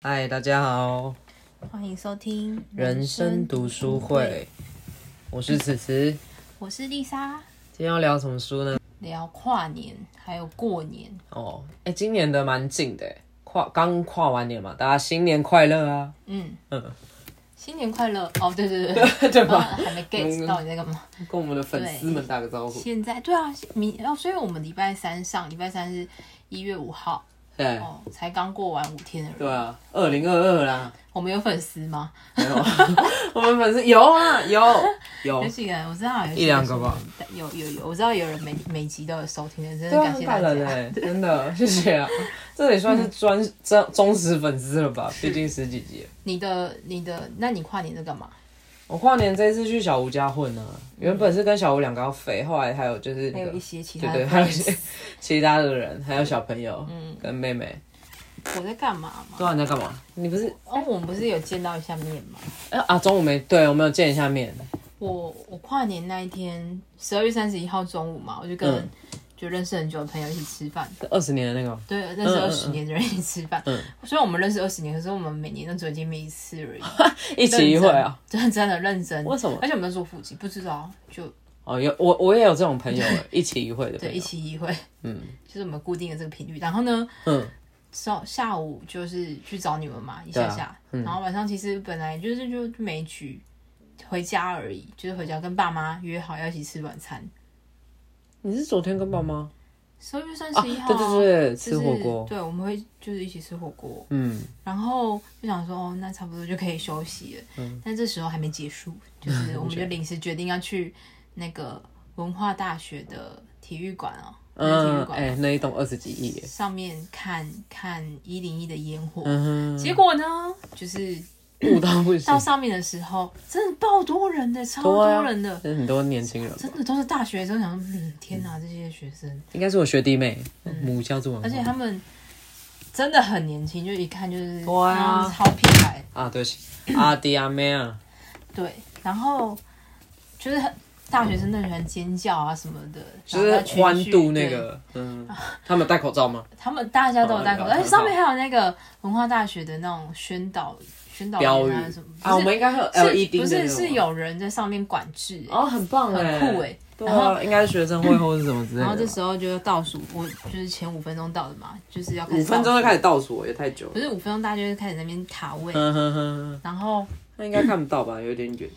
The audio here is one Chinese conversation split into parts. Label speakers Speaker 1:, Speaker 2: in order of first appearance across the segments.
Speaker 1: 嗨，大家好，
Speaker 2: 欢迎收听
Speaker 1: 人生读书会，，我是此慈。
Speaker 2: 我是丽莎。
Speaker 1: 今天要聊什么书呢？
Speaker 2: 聊跨年，还有过年，
Speaker 1: 哦，哎、今年的蛮近的，跨刚跨完年嘛，大家新年快乐啊！
Speaker 2: 嗯
Speaker 1: 嗯，
Speaker 2: 新年快乐！哦，对 对对，
Speaker 1: 对
Speaker 2: 啊
Speaker 1: 吧？
Speaker 2: 还没
Speaker 1: 嗯
Speaker 2: get 到你在干嘛？
Speaker 1: 跟我们的粉丝们打个招呼。
Speaker 2: 现在对啊，明哦，所以我们礼拜三上，礼拜三是一月五号，
Speaker 1: 对
Speaker 2: 哦，才刚过完五天而已。
Speaker 1: 哎对啊，二零二二啦，
Speaker 2: 我们有粉丝吗？
Speaker 1: 没有，我们粉丝有啊， 有有
Speaker 2: 有，几个人？我知道有
Speaker 1: 一两个吧。
Speaker 2: 有有有，我知道有人每每集都有收听的，真的
Speaker 1: 对啊，
Speaker 2: 感谢嗯
Speaker 1: 很
Speaker 2: 大
Speaker 1: 感
Speaker 2: 家。
Speaker 1: 人哎，真的，谢谢啊，这也算是专忠忠实粉丝了吧？毕竟十几集了。
Speaker 2: 你的你的，那你跨年在干嘛？
Speaker 1: 我跨年这次去小吴家混呢、原本是跟小吴两个要飞，后来还有就是
Speaker 2: 还
Speaker 1: 那
Speaker 2: 有
Speaker 1: 个
Speaker 2: 一些其
Speaker 1: 对
Speaker 2: 他
Speaker 1: 对，
Speaker 2: 的
Speaker 1: 还有一
Speaker 2: friends 嗯
Speaker 1: 些其他的人，还有小朋友，跟妹妹。
Speaker 2: 我在干嘛嘛？
Speaker 1: 不知道你在干嘛？你不是
Speaker 2: 哦，我们不是有见到一下面吗？
Speaker 1: 哎啊？中午没对，我们有见一下面。
Speaker 2: 我我跨年那一天，十二月三十一号中午嘛，我就跟、
Speaker 1: 嗯
Speaker 2: 就认识很久的朋友一起吃饭，
Speaker 1: 二十年的那个吗，
Speaker 2: 对，认识二十年的人一起吃饭。
Speaker 1: 嗯
Speaker 2: 虽然我们认识二十年，可是我们每年都只有见面一次而已。
Speaker 1: 一起一会啊？
Speaker 2: 认真，真真的认真。
Speaker 1: 为什么
Speaker 2: 而且我们都住附近，不知道就
Speaker 1: 哦，有我我也有这种朋友，一起一会的
Speaker 2: 对
Speaker 1: 朋
Speaker 2: 一
Speaker 1: 友。
Speaker 2: 起一会，
Speaker 1: 啊嗯
Speaker 2: 就是我们固定的这个频率。然后呢，
Speaker 1: 嗯，
Speaker 2: 上下午就是去找你们嘛，一下
Speaker 1: 对
Speaker 2: 下，
Speaker 1: 啊嗯
Speaker 2: 然后晚上其实本来就是就没局，回家而已，就是回家跟爸妈约好要一起吃晚餐。
Speaker 1: 你是昨天跟爸妈
Speaker 2: 十二月三
Speaker 1: 啊？
Speaker 2: 十一号、
Speaker 1: 对对对，
Speaker 2: 就是
Speaker 1: 吃火锅。
Speaker 2: 对，我们会就是一起吃火锅，
Speaker 1: 嗯，
Speaker 2: 然后就想说，哦，那差不多就可以休息了。
Speaker 1: 嗯
Speaker 2: 但这时候还没结束，就是我们就临时决定要去那个文化大学的体育馆哦，那个体
Speaker 1: 嗯
Speaker 2: 育，馆、
Speaker 1: 哎，那一栋二十几亿耶。
Speaker 2: 上面看看一零一的烟火。
Speaker 1: 嗯
Speaker 2: 结果呢，就是
Speaker 1: 哼，悟到不行
Speaker 2: 到，上面的时候，真的爆多人的，超
Speaker 1: 对啊
Speaker 2: 多人的，
Speaker 1: 就是很多年轻人吧
Speaker 2: 真。的都是大学生。想说，嗯，天哪，这些学生，
Speaker 1: 应该是我学弟妹，母校中文化。
Speaker 2: 嗯而且他们真的很年轻，就一看就是
Speaker 1: 对啊
Speaker 2: 超屁孩。
Speaker 1: 啊，对不起，阿迪阿妹 啊，
Speaker 2: 对，然后就是很大学生那喜欢尖叫啊什么的，
Speaker 1: 就是
Speaker 2: 然后在群
Speaker 1: 欢
Speaker 2: 聚
Speaker 1: 度那，
Speaker 2: 对
Speaker 1: 个，嗯，他们戴口罩吗？
Speaker 2: 他们大家都有戴口
Speaker 1: 哦
Speaker 2: 罩，
Speaker 1: 那个
Speaker 2: 而且上面还有那个文化大学的那种宣导宣导
Speaker 1: 标
Speaker 2: 员
Speaker 1: 语
Speaker 2: 啊什么
Speaker 1: 啊，我们应该会有 LED 的
Speaker 2: 是不
Speaker 1: 那
Speaker 2: 是
Speaker 1: 种
Speaker 2: 是有人在上面管制、欸
Speaker 1: 哦，很棒哎，
Speaker 2: 很酷哎、欸
Speaker 1: 对
Speaker 2: 然
Speaker 1: 啊，应该是学生会或是什么之类的吧。
Speaker 2: 然后这时候就倒数，我就是前五分钟到的嘛，就是要开始
Speaker 1: 五分钟就开
Speaker 2: 始，
Speaker 1: 始倒数，也太久
Speaker 2: 不
Speaker 1: 了。
Speaker 2: 是五分钟，大家就开始在那边卡位，
Speaker 1: 嗯哼哼哼，
Speaker 2: 然后
Speaker 1: 那应该看不到吧？有点远。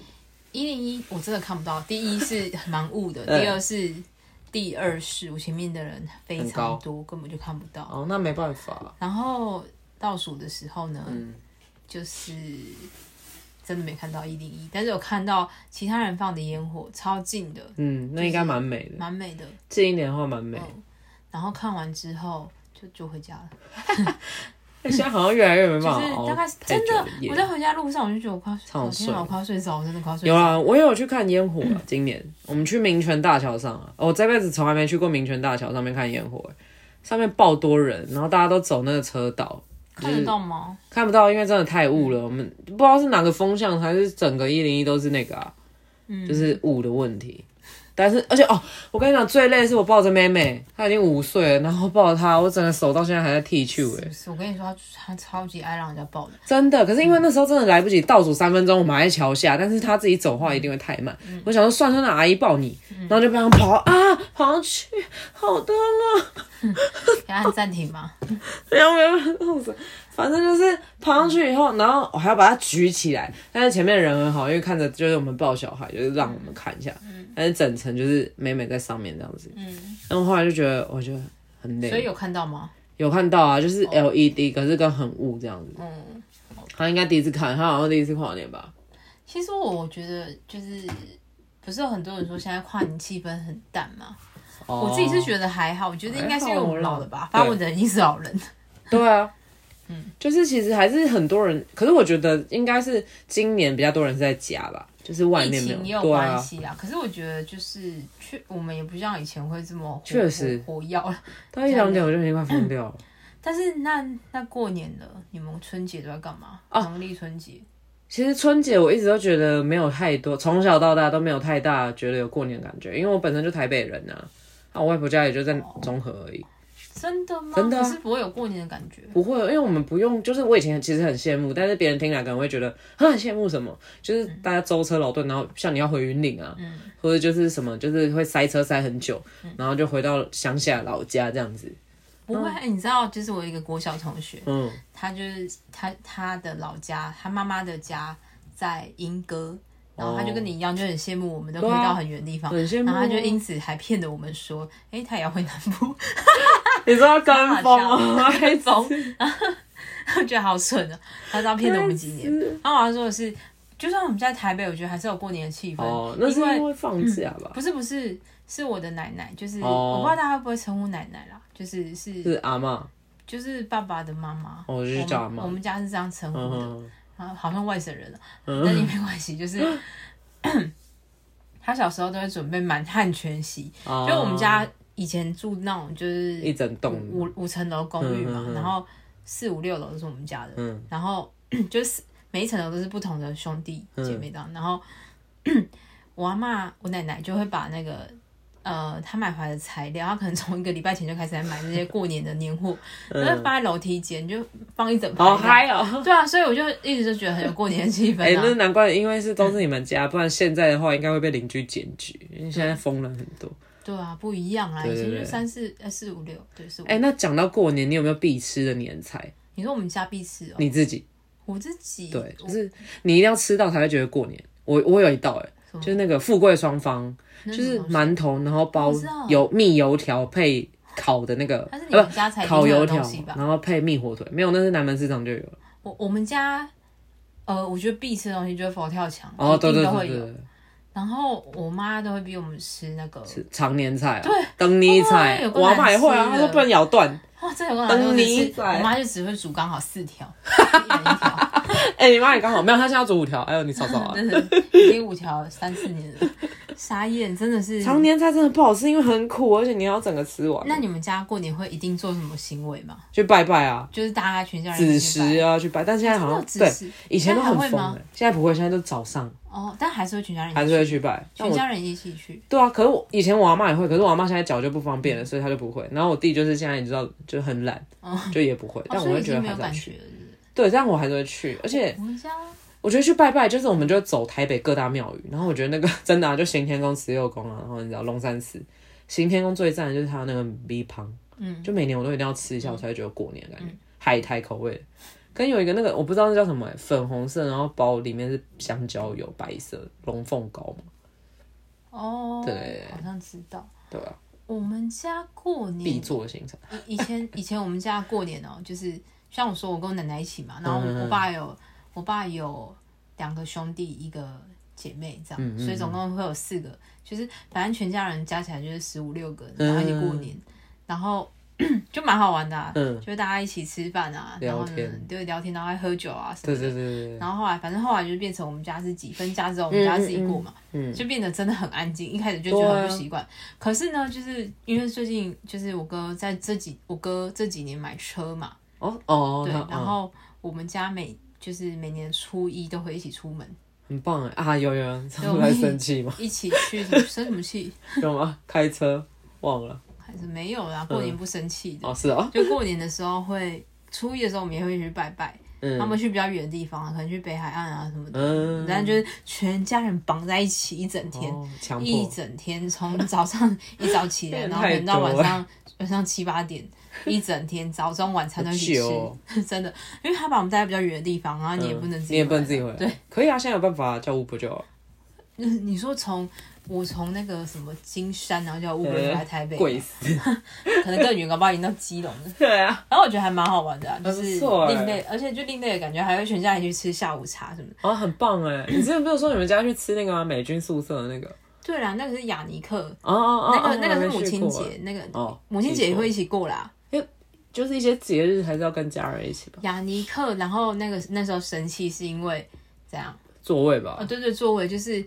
Speaker 2: 一零一我真的看不到，第一是蛮 雾的，
Speaker 1: 嗯
Speaker 2: 第二是第二是我前面的人非
Speaker 1: 很高
Speaker 2: 常多，根本就看不到。
Speaker 1: 哦，那没办法。
Speaker 2: 然后倒数的时候呢，
Speaker 1: 嗯，
Speaker 2: 就是真的没看到一零一，但是有看到其他人放的烟火，超近的，
Speaker 1: 嗯，那应该蛮美的。
Speaker 2: 蛮美的。
Speaker 1: 近一点的话蛮美。
Speaker 2: 嗯，然后看完之后就就回家了，
Speaker 1: 哎现在好像越来越没
Speaker 2: 就
Speaker 1: 办法哦
Speaker 2: 是
Speaker 1: 熬
Speaker 2: 大概是
Speaker 1: 太
Speaker 2: 真
Speaker 1: 久
Speaker 2: 的
Speaker 1: 的夜
Speaker 2: 我在回家路上我就觉得我快
Speaker 1: 超
Speaker 2: 我天哪，
Speaker 1: 睡
Speaker 2: 我快要睡着，我真的快要睡
Speaker 1: 有啊
Speaker 2: 着。
Speaker 1: 啦，我也有去看烟火 啊。今年我们去民权大桥上啊，哦我这辈子从来没去过民权大桥上面看烟火欸、上面爆多人，然后大家都走那个车道，
Speaker 2: 看得到吗？
Speaker 1: 看不到，因为真的太雾
Speaker 2: 嗯
Speaker 1: 了。我们不知道是哪个风向，还是整个一零一都是那个啊，
Speaker 2: 嗯
Speaker 1: 就是雾的问题。但是，而且哦，我跟你讲，最累是我抱着妹妹，她已经五岁了，然后抱着她，我整个手到现在还在剃去哎、
Speaker 2: 不是，我跟你说，他他超级爱让人家抱的。
Speaker 1: 真的，可是因为那时候真的来不及，倒数三分钟，我们还在桥
Speaker 2: 嗯
Speaker 1: 下，但是他自己走的话一定会太慢。我想说，算算，那阿姨抱你，
Speaker 2: 嗯
Speaker 1: 然后就不想跑啊，跑上去，好痛啊！
Speaker 2: 给他按暂停吗？
Speaker 1: 然后没有痛死，反正就是跑上去以后，然后我还要把它举起来，但是前面人很好，因为看着就是我们抱小孩，就是让我们看一下，但是整层就是美美在上面这样子。
Speaker 2: 嗯，
Speaker 1: 然后后来就觉得，我觉得很累，
Speaker 2: 所以有看到吗？
Speaker 1: 有看到啊，就是 LED，、可是跟很雾这样子。
Speaker 2: 嗯，
Speaker 1: 他应该第一次看，他好像第一次跨年吧。
Speaker 2: 其实我觉得就是，不是有很多人说现在跨年气氛很淡嘛？
Speaker 1: 哦
Speaker 2: 我自己是
Speaker 1: 得。
Speaker 2: 觉得还好，我觉得应该是因为我们老了
Speaker 1: 还好
Speaker 2: 吧
Speaker 1: 啦，
Speaker 2: 反正我的人已经是老人。
Speaker 1: 对啊，嗯
Speaker 2: 嗯，
Speaker 1: 就是其实还是很多人，可是我觉得应该是今年比较多人是在家吧，就是 外
Speaker 2: 疫
Speaker 1: 面没
Speaker 2: 情也有
Speaker 1: 对
Speaker 2: 关
Speaker 1: 啊，
Speaker 2: 系啊，可是我觉得就是确我们也不像以前会这么活
Speaker 1: 确实
Speaker 2: 活活跃了。
Speaker 1: 到一两点我就已经快疯掉了。
Speaker 2: 但是那那过年了，你们春节都在干嘛？
Speaker 1: 哦
Speaker 2: 农历春节
Speaker 1: 其实春节我一直都觉得没有太多，从小到大都没有太
Speaker 2: 哦
Speaker 1: 大觉得有过年的感觉，因为我本身就台北人啊，啊，我外婆家也就在中和而已，
Speaker 2: 真的吗？
Speaker 1: 真的啊
Speaker 2: 可是不会有过年的感觉。
Speaker 1: 不会，因为我们不用，就是我以前其实很羡慕，但是别人听来可能会觉得啊很羡慕什么，就是
Speaker 2: 嗯
Speaker 1: 大家舟车劳顿，然后像你要回云岭啊，或者就是什么，就是会塞车塞很久，
Speaker 2: 嗯
Speaker 1: 然后就回到乡下老家这样子。
Speaker 2: 不会，你知道，就是我有一个国小同学，
Speaker 1: 嗯，
Speaker 2: 他就是他他的老家，他妈妈的家在莺歌，然后他就跟你一样，就很羡慕我们都可以
Speaker 1: 对啊
Speaker 2: 到很远的地方，
Speaker 1: 很羡慕
Speaker 2: 哦然后他就
Speaker 1: 啊
Speaker 2: 因此还骗得我们说，哎，他也要回南部，
Speaker 1: 你知道跟 风啊吗？
Speaker 2: 跟风，我觉得好蠢啊！他知道骗了我们几 年。然后我要说的是，就算我们在台北，我觉得还是有过年的气氛。
Speaker 1: 哦，那是
Speaker 2: 因为
Speaker 1: 因为放假吧？
Speaker 2: 不是不是，是我的奶奶，就是、
Speaker 1: 哦
Speaker 2: 我不知道大家会不会称呼奶奶啦，就是是
Speaker 1: 是阿嬷，
Speaker 2: 就是爸爸的妈妈。
Speaker 1: 哦就是叫阿
Speaker 2: 我
Speaker 1: 嬷
Speaker 2: 们我们家是这样称呼的，
Speaker 1: 嗯，
Speaker 2: 然后好像外省人了，但也没关系，就是 他小时候都会准备满汉全席，
Speaker 1: 哦
Speaker 2: 就我们家以前住那种就是
Speaker 1: 一整栋，
Speaker 2: 五五层楼公寓嘛，
Speaker 1: 嗯嗯嗯
Speaker 2: 然后四五六楼都是我们家的，
Speaker 1: 嗯
Speaker 2: 然后 就是每一层楼都是不同的兄弟
Speaker 1: 嗯
Speaker 2: 姐妹档，然后 我阿妈我奶奶就会把那个。呃，她买回来的材料，她可能从一个礼拜前就开始在买这些过年的年货，然后放在楼梯间，就放一整排。
Speaker 1: 好！嗨嗯哦！
Speaker 2: 对啊，所以我就一直就觉得很有过年的气氛
Speaker 1: 哎、
Speaker 2: 啊。
Speaker 1: 那难怪，因为是都是你们家，不然现在的话应该会被邻居检举，因为现在疯了很多。
Speaker 2: 对啊，不一样啊，以
Speaker 1: 对对
Speaker 2: 前就
Speaker 1: 对
Speaker 2: 三四呃四五六，对四五。
Speaker 1: 哎、那讲到过年，你有没有必吃的年菜？
Speaker 2: 你说我们家必吃哦，
Speaker 1: 你自己
Speaker 2: 我自己
Speaker 1: 对，
Speaker 2: 我
Speaker 1: 就是你一定要吃到才会觉得过年。我我有一道哎、
Speaker 2: 什么
Speaker 1: 就是那个富贵双方，
Speaker 2: 哦那
Speaker 1: 就
Speaker 2: 什么
Speaker 1: 是
Speaker 2: 东西
Speaker 1: 馒头，然后包
Speaker 2: 我知道
Speaker 1: 油蜜油条配烤的那个，
Speaker 2: 它是你
Speaker 1: 呃
Speaker 2: 们家才一定
Speaker 1: 烤
Speaker 2: 会有
Speaker 1: 油
Speaker 2: 的
Speaker 1: 条
Speaker 2: 东西，吧
Speaker 1: 然后配蜜火腿，没有，那是南门市场就有了。
Speaker 2: 我我们家，呃，我觉得必吃的东西就是佛跳墙，
Speaker 1: 哦，
Speaker 2: 一定
Speaker 1: 对对
Speaker 2: 都
Speaker 1: 对
Speaker 2: 会
Speaker 1: 对
Speaker 2: 有。
Speaker 1: 对，
Speaker 2: 然后我妈都会逼我们吃那个，
Speaker 1: 是常年菜啊，
Speaker 2: 对，
Speaker 1: 等你菜
Speaker 2: 哦，有够
Speaker 1: 我阿妈也会啊，
Speaker 2: 难吃
Speaker 1: 她
Speaker 2: 的
Speaker 1: 说不能咬断。
Speaker 2: 哇，这有个难
Speaker 1: 等
Speaker 2: 吃。
Speaker 1: 你
Speaker 2: 我
Speaker 1: 宰
Speaker 2: 妈就只会煮刚好四条，一人一条，
Speaker 1: 哎、你妈也刚好没有，她现在要煮五条，哎呦你吵吵啊！
Speaker 2: 真的已经五条三四年了，沙燕真的是。
Speaker 1: 常年菜真的不好吃，因为很苦，而且你要整个吃完。
Speaker 2: 那你们家过年会一定做什么行为吗？
Speaker 1: 去拜拜啊，
Speaker 2: 就是大家全家人
Speaker 1: 子
Speaker 2: 一起
Speaker 1: 时
Speaker 2: 拜
Speaker 1: 啊去拜，但现在好像
Speaker 2: 真的有子时
Speaker 1: 对以前都很
Speaker 2: 现在
Speaker 1: 疯
Speaker 2: 还会吗
Speaker 1: 的，现在不会，现在都早上
Speaker 2: 哦，但还是会全家人一起
Speaker 1: 还是会去拜。但
Speaker 2: 全
Speaker 1: 我
Speaker 2: 家人一起去。
Speaker 1: 对啊，可是我以前我阿妈也会，可是我阿妈现在脚就不方便了，所以她就不会。然后我弟就是现在你知道就很懒，就也不会，但
Speaker 2: 嗯哦
Speaker 1: 我
Speaker 2: 所以
Speaker 1: 会
Speaker 2: 已
Speaker 1: 觉
Speaker 2: 经
Speaker 1: 得
Speaker 2: 没
Speaker 1: 还
Speaker 2: 有
Speaker 1: 是要
Speaker 2: 感
Speaker 1: 去
Speaker 2: 觉。了是不是
Speaker 1: 对，但我还是会去，而且
Speaker 2: 我们家
Speaker 1: 我觉得去拜拜就是我们就走台北各大庙宇，然后我觉得那个 真的、啊、就行天宫、慈幼宫啊，然后你知道龙山寺，行天宫最赞的就是它那个米汤，
Speaker 2: 嗯，
Speaker 1: 就每年我都一定要吃一下，我才会觉得过年的感觉，海苔口味的。跟有一个那个我不知道那叫什么、欸，粉红色，然后包里面是香蕉油，白色龙凤糕嘛，
Speaker 2: 哦，
Speaker 1: 对
Speaker 2: 好像知道。
Speaker 1: 对吧、
Speaker 2: 我们家过
Speaker 1: 必
Speaker 2: 年
Speaker 1: 做的行程，
Speaker 2: 以以前 以前我们家过年哦、就是像我说，我跟我奶奶一起
Speaker 1: 嗯
Speaker 2: 嘛，然后我我爸有我爸有两个兄弟，一个姐妹这样，
Speaker 1: 嗯嗯
Speaker 2: 所以总共会有四个，就是反正全家人加起来就是十五六个，
Speaker 1: 嗯
Speaker 2: 然后一起过年，然后 就蛮好玩的、啊，
Speaker 1: 嗯，
Speaker 2: 就大家一起吃饭啊，然后呢
Speaker 1: 聊天
Speaker 2: 对聊天，然后还喝酒啊什么
Speaker 1: 对
Speaker 2: 的。
Speaker 1: 对对对对，
Speaker 2: 然后后来，反正后来就变成我们家是几分家之后，我们家自己过嘛，
Speaker 1: 嗯
Speaker 2: 就变得真的很安静。一开始就觉得很
Speaker 1: 对
Speaker 2: 不
Speaker 1: 啊
Speaker 2: 习惯，可是呢，就是因为最近就是我哥在这几我哥这几年买车嘛，
Speaker 1: 哦哦，
Speaker 2: 对，
Speaker 1: 那
Speaker 2: 然
Speaker 1: 嗯
Speaker 2: 后我们家每就是每年初一都会一起出门，
Speaker 1: 很棒哎啊，有有人
Speaker 2: 对我
Speaker 1: 上
Speaker 2: 们
Speaker 1: 来生气吗？
Speaker 2: 一起去什么生什么气，
Speaker 1: 有吗？开车忘了
Speaker 2: 还是没有
Speaker 1: 嗯
Speaker 2: 啦，过年不生气的，
Speaker 1: 哦，是哦，
Speaker 2: 就过年的时候会初一的时候我们也会去拜拜，他
Speaker 1: 嗯
Speaker 2: 们去比较远的地方啊，可能去北海岸啊什么的，
Speaker 1: 嗯，
Speaker 2: 然后就是全家人绑在一起一整天。
Speaker 1: 哦强迫
Speaker 2: 一整天，从早上一早起 来，
Speaker 1: 真的
Speaker 2: 然后
Speaker 1: 太
Speaker 2: 等到晚
Speaker 1: 多了
Speaker 2: 上晚上七 八点，一整天早中晚餐都一起吃，
Speaker 1: 好久哦
Speaker 2: 真的，因为他把我们带到比较远的地方，然后你也
Speaker 1: 嗯
Speaker 2: 不能自己、
Speaker 1: 你也不能自己回来。
Speaker 2: 对，，
Speaker 1: 可以啊，现在有办法叫 Uber 就好了
Speaker 2: 嗯你说从我从那个什么金山，然后叫 Uber
Speaker 1: 嗯
Speaker 2: 来台北，
Speaker 1: 贵 死。
Speaker 2: 可能更远，搞不好已经到基隆 了。
Speaker 1: 对啊，
Speaker 2: 然后我觉得还蛮好玩的、啊，就是
Speaker 1: 不错欸
Speaker 2: 另类，而且就另类的感觉，还会全家人去吃下午茶什么的。
Speaker 1: 哦，很棒哎！你之前不是说你们家去吃那个吗？美军宿舍的那个？
Speaker 2: 对啦，那个是雅尼克，
Speaker 1: 哦哦哦，
Speaker 2: 那个、
Speaker 1: 哦
Speaker 2: 那个是母亲，
Speaker 1: 我还没去过哎
Speaker 2: 节，那个、
Speaker 1: 哦
Speaker 2: 母亲节也
Speaker 1: 没错
Speaker 2: 会一起过啦。
Speaker 1: 就是一些节日还是要跟家人一起吧，
Speaker 2: 雅尼克，然后那个那时候生气是因为怎样？
Speaker 1: 座位吧
Speaker 2: 哦，。对对，座位就是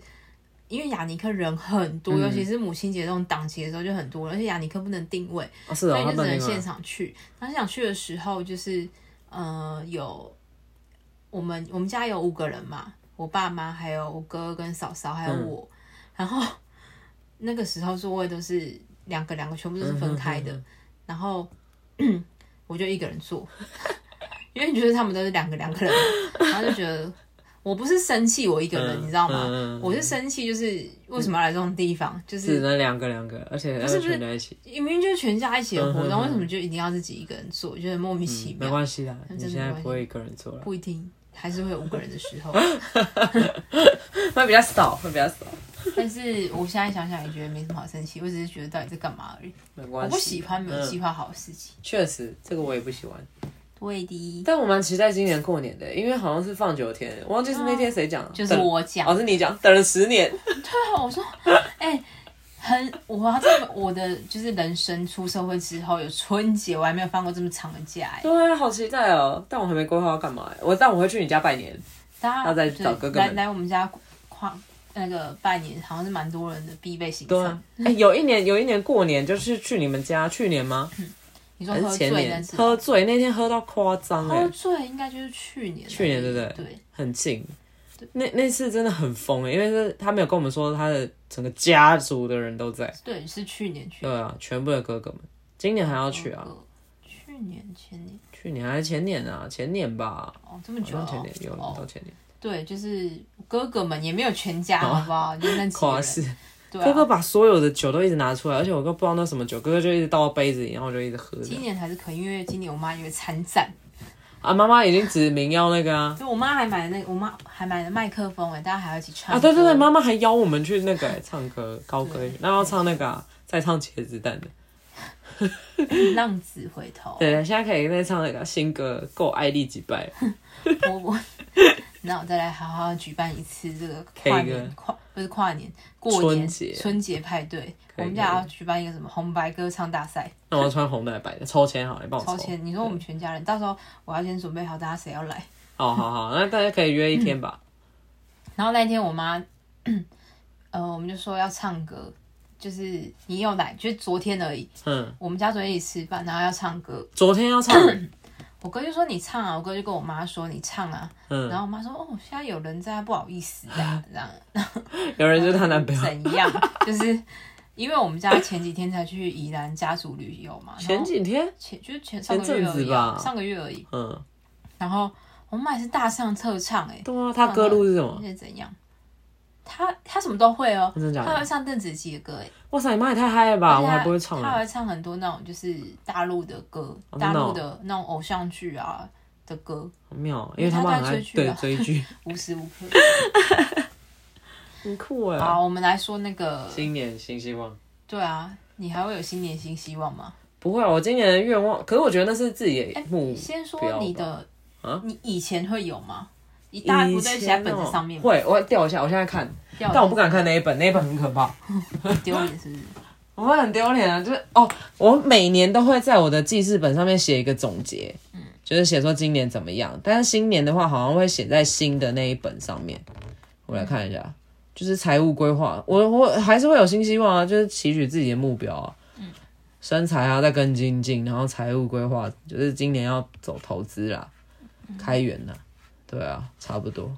Speaker 2: 因为雅尼克人很
Speaker 1: 嗯
Speaker 2: 多，尤其是母亲节这种档期的时候就很多，而且雅尼克不能定位，
Speaker 1: 哦，是
Speaker 2: 所
Speaker 1: 哦，
Speaker 2: 以
Speaker 1: 他
Speaker 2: 就只
Speaker 1: 们那
Speaker 2: 能
Speaker 1: 个
Speaker 2: 现场去。当时想去的时候，就是呃有我们我们家有五个人嘛，我爸妈还有我哥跟嫂嫂还有
Speaker 1: 嗯
Speaker 2: 我，然后
Speaker 1: 嗯
Speaker 2: 那个时候座位都是两个两个，全部都是分开的，然后。 我就一个人做， 因为觉得他们都是两个两个人嘛，然后就觉得我不是生气我一个人，
Speaker 1: 嗯
Speaker 2: 你知道吗？
Speaker 1: 嗯嗯
Speaker 2: 我是生气，就是为什么要来这种地方，就
Speaker 1: 只
Speaker 2: 是
Speaker 1: 能两个两个，而且要
Speaker 2: 是不是
Speaker 1: 全在一起，
Speaker 2: 明明就是全家一起的活
Speaker 1: 嗯嗯嗯
Speaker 2: 动，为什么就一定要自己一个人做？觉得莫名其
Speaker 1: 没
Speaker 2: 妙。
Speaker 1: 关系啦，
Speaker 2: 那
Speaker 1: 你
Speaker 2: 真的
Speaker 1: 现
Speaker 2: 没
Speaker 1: 在
Speaker 2: 关系
Speaker 1: 不会一个人做了，
Speaker 2: 不一定，还是会有五个人 的时候。
Speaker 1: 会比较少，会比较少，
Speaker 2: 但是我现在想想也觉得没什么好生气，我只是觉得到底在干嘛而已。
Speaker 1: 没
Speaker 2: 我
Speaker 1: 关系。
Speaker 2: 不喜欢没有计
Speaker 1: 嗯
Speaker 2: 划好的事情。
Speaker 1: 确实，这个我也不喜欢，
Speaker 2: 对的，
Speaker 1: 但我蛮期待今年过年的，因为好像是放九天，我忘记是那天谁讲了，
Speaker 2: 哦就是
Speaker 1: 等
Speaker 2: 我讲
Speaker 1: 哦，是你讲，等了十年，
Speaker 2: 对啊，我说，哎、很，我要在我的就是人生出社会之后有春节，我还没有放过这么长的假哎、
Speaker 1: 对啊，好期待哦，但我还没规划要干嘛，欸我但我会去你家拜年，
Speaker 2: 大
Speaker 1: 要
Speaker 2: 家
Speaker 1: 再
Speaker 2: 对
Speaker 1: 找哥哥
Speaker 2: 来
Speaker 1: 们
Speaker 2: 来我们家跨那个拜年，好像是蛮多人的必备行
Speaker 1: 对
Speaker 2: 程
Speaker 1: 啊。，哎，有一年有一年过年就是去你们家，去年吗？
Speaker 2: 你说
Speaker 1: 还
Speaker 2: 喝
Speaker 1: 是前
Speaker 2: 醉那
Speaker 1: 年？
Speaker 2: 次，
Speaker 1: 喝醉那天喝到夸张哎
Speaker 2: 喝，醉应该就是去年而已，
Speaker 1: 去年对不对
Speaker 2: 对，
Speaker 1: 很近。那那次真的很疯哎、因为是他没有跟我们说他的整个家族的人都在，
Speaker 2: 对，是去年去
Speaker 1: 对啊，全部的哥哥们，今年还要去啊，
Speaker 2: 呃。去年前年
Speaker 1: 去年还是前年啊，前年吧，
Speaker 2: 哦，这么
Speaker 1: 好
Speaker 2: 久
Speaker 1: 像
Speaker 2: 了
Speaker 1: 前年有
Speaker 2: 哦
Speaker 1: 到前年，
Speaker 2: 对，就是哥哥们也没有全家，
Speaker 1: 哦
Speaker 2: 好不好？就那几个
Speaker 1: 夸
Speaker 2: 人。
Speaker 1: 是
Speaker 2: 对啊
Speaker 1: 哥哥把所有的酒都一直拿出来，而且我都不知道那什么酒，哥哥就一直倒到杯子里，然后我就一直喝
Speaker 2: 今
Speaker 1: 着。
Speaker 2: 年还是可以，因为今年我妈有个参战，
Speaker 1: 啊，妈妈已经指明要那个 啊
Speaker 2: 所以我妈还买了那个，我妈还买了麦克风哎，大家还要一起唱。
Speaker 1: 啊，对对对，
Speaker 2: 妈，
Speaker 1: 妈妈还邀我们去那个、哎唱歌高歌，那要唱那个、啊、再唱茄子蛋的，
Speaker 2: 浪子回头，
Speaker 1: 对，现在可以再唱那个新歌，够爱丽几拜了。
Speaker 2: 我我，那我再来好好举办一次这个
Speaker 1: K
Speaker 2: 跨
Speaker 1: 歌
Speaker 2: 年跨不是跨年过年
Speaker 1: 春节
Speaker 2: 春节派对，
Speaker 1: 可以
Speaker 2: 我们家啊
Speaker 1: 可以
Speaker 2: 要举办一个什么红白歌唱大赛，
Speaker 1: 那我要穿红的还是白的？抽签好了，你帮我
Speaker 2: 超
Speaker 1: 抽。
Speaker 2: 前。你说我们全家人，到时候我要先准备好大家谁要来。
Speaker 1: 哦，好好，那大家可以约一天吧。
Speaker 2: 然后那一天我妈， 呃，我们就说要唱歌，就是你有来，就是昨天而已。
Speaker 1: 嗯，
Speaker 2: 我们家昨天一起吃饭，然后要唱歌，
Speaker 1: 昨天要 唱，
Speaker 2: 我哥就说你唱啊，我哥就跟我妈说你唱啊，然
Speaker 1: 嗯，
Speaker 2: 后我妈说哦，现在有人在，不好意思 啊，这样
Speaker 1: 有人就是她男朋友。
Speaker 2: 怎样？就是因为我们家前几天才去宜兰家族旅游嘛，然
Speaker 1: 前
Speaker 2: 后
Speaker 1: 几天，
Speaker 2: 前就是前上个月
Speaker 1: 前
Speaker 2: 而
Speaker 1: 阵
Speaker 2: 已
Speaker 1: 子
Speaker 2: 啊、
Speaker 1: 吧
Speaker 2: 上个月而已，
Speaker 1: 嗯，
Speaker 2: 然后我妈也是大唱特唱哎、欸，
Speaker 1: 对啊，他歌路是什
Speaker 2: 而
Speaker 1: 么？
Speaker 2: 且怎样？她她什么都会哦，
Speaker 1: 真的假
Speaker 2: 她会
Speaker 1: 的？
Speaker 2: 唱邓紫棋的歌哎、欸。
Speaker 1: 哇塞，你妈也太嗨了吧！
Speaker 2: 而且
Speaker 1: 我
Speaker 2: 他
Speaker 1: 还不会唱
Speaker 2: 他还
Speaker 1: 啊。
Speaker 2: 会唱很多那种就是大陆的歌，
Speaker 1: 哦
Speaker 2: 大
Speaker 1: 真的哦
Speaker 2: 陆的那种偶像剧啊的歌，
Speaker 1: 好妙，因为他妈很爱
Speaker 2: 因为
Speaker 1: 对
Speaker 2: 她嗯在
Speaker 1: 追 剧，
Speaker 2: 无时无刻。
Speaker 1: 很酷哎。
Speaker 2: 好，我们来说那个，
Speaker 1: 新年新希望，
Speaker 2: 对啊，你还会有新年新希望吗？
Speaker 1: 不会啊，我今年的愿望，可是我觉得那是自己的
Speaker 2: 哎
Speaker 1: 目
Speaker 2: 先说
Speaker 1: 标吧
Speaker 2: 你的
Speaker 1: 啊，
Speaker 2: 你以前会有吗？你
Speaker 1: 以
Speaker 2: 大家
Speaker 1: 前
Speaker 2: 不在写在本子
Speaker 1: 哦
Speaker 2: 上面吗，
Speaker 1: 会，我掉一下，我现在看，
Speaker 2: 掉
Speaker 1: 但我不敢看那一本，那一本很可怕。
Speaker 2: 丢脸是不是？
Speaker 1: 我会很丢脸啊！就是哦，我每年都会在我的记事本上面写一个总结，嗯，就是写说今年怎么样。但是新年的话，好像会写在新的那一本上面。我来看一下，就是财务规划，我我还是会有新希望啊，就是期许自己的目标啊，嗯，身材啊再更精进，然后财务规划就是今年要走投资啦，开源啦，对啊，差不多。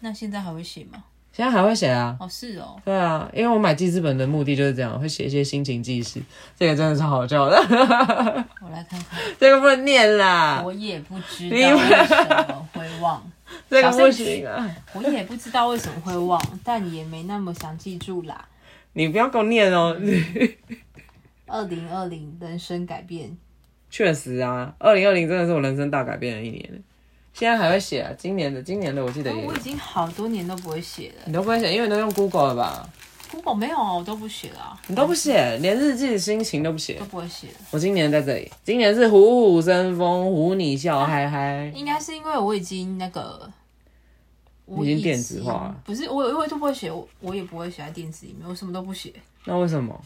Speaker 2: 那现在还会写吗？
Speaker 1: 现在还会写啊，
Speaker 2: 哦，是哦，
Speaker 1: 对啊，因为我买记事本的目的就是这样，会写一些心情记事，这个真的超好笑的，
Speaker 2: 我来看看，
Speaker 1: 这个不能念啦，
Speaker 2: 我也不知
Speaker 1: 啊
Speaker 2: 道
Speaker 1: 你
Speaker 2: 为什么会忘，
Speaker 1: 这个不行啊，
Speaker 2: 我也不知道为什么会忘，但也没那么想记住啦。
Speaker 1: 你不要给我念哦。
Speaker 2: 二零二零人生改变，
Speaker 1: 确实啊，二零二零真的是我人生大改变的一年，现在还会写啊，今年的今年的我记得
Speaker 2: 然后
Speaker 1: 也有
Speaker 2: 我已，经好多年都不会写了。
Speaker 1: 你都不会写，因为你都用 Google 了吧？
Speaker 2: Google 没有啊，我都不写了啊、
Speaker 1: 你都不写，连日记、心情都不写
Speaker 2: 都。不会写了。
Speaker 1: 我今年在这里，今年是虎虎生风，虎你笑嗨嗨。
Speaker 2: 应该是因为我已经那个，我
Speaker 1: 已经电子化了
Speaker 2: 不是我，我都不会写，我我也不会写在电子里面，我什么都不写，
Speaker 1: 那为什么？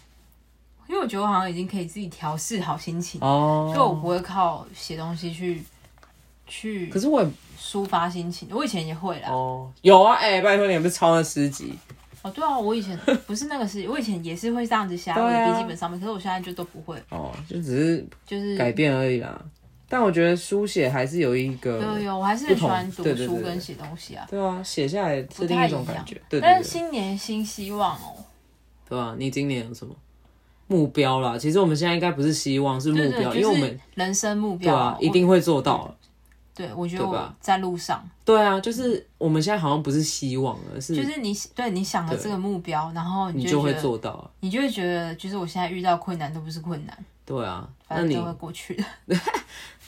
Speaker 2: 因为我觉得我好像已经可以自己调试好心情，
Speaker 1: 哦，
Speaker 2: 所以我不会靠写东西去去
Speaker 1: 可是我也
Speaker 2: 抒发心情。我以前也会啦。哦
Speaker 1: 哦，有啊，哎、拜托你不是抄了十集？
Speaker 2: 对啊，我以前不是那个是，我以前也是会这样子写在
Speaker 1: 对
Speaker 2: 我
Speaker 1: 啊
Speaker 2: 的笔记本上面，可是我现在就都不会，
Speaker 1: 哦，就只
Speaker 2: 就是
Speaker 1: 是改变而已啦。但我觉得书写还是有一个，
Speaker 2: 啊有有，我还是很喜欢
Speaker 1: 不
Speaker 2: 读
Speaker 1: 同对对
Speaker 2: 书
Speaker 1: 对对
Speaker 2: 跟写东西啊。
Speaker 1: 对啊，写下来是另种感觉
Speaker 2: 不太一样，
Speaker 1: 对对
Speaker 2: 但是
Speaker 1: 对，
Speaker 2: 新年新希望哦，
Speaker 1: 对啊，你今年有什么？目标啦。其实我们现在应该不是希望，是目
Speaker 2: 对
Speaker 1: 标，因
Speaker 2: 对，就
Speaker 1: 为我
Speaker 2: 是
Speaker 1: 们
Speaker 2: 人生目
Speaker 1: 对
Speaker 2: 标
Speaker 1: 啊，
Speaker 2: 我嗯
Speaker 1: 一定会做到。
Speaker 2: 对，我觉得
Speaker 1: 对
Speaker 2: 我
Speaker 1: 吧
Speaker 2: 在路上，
Speaker 1: 对啊，就是我们现在好像不是希望，而是
Speaker 2: 就是你对你想了
Speaker 1: 对
Speaker 2: 这个目标，然后
Speaker 1: 你
Speaker 2: 你
Speaker 1: 就
Speaker 2: 就
Speaker 1: 会
Speaker 2: 觉得，
Speaker 1: 做到啊。
Speaker 2: 你就会觉得，就是我现在遇到困难都不是困难，
Speaker 1: 对啊，那
Speaker 2: 反正
Speaker 1: 你
Speaker 2: 都会过去的。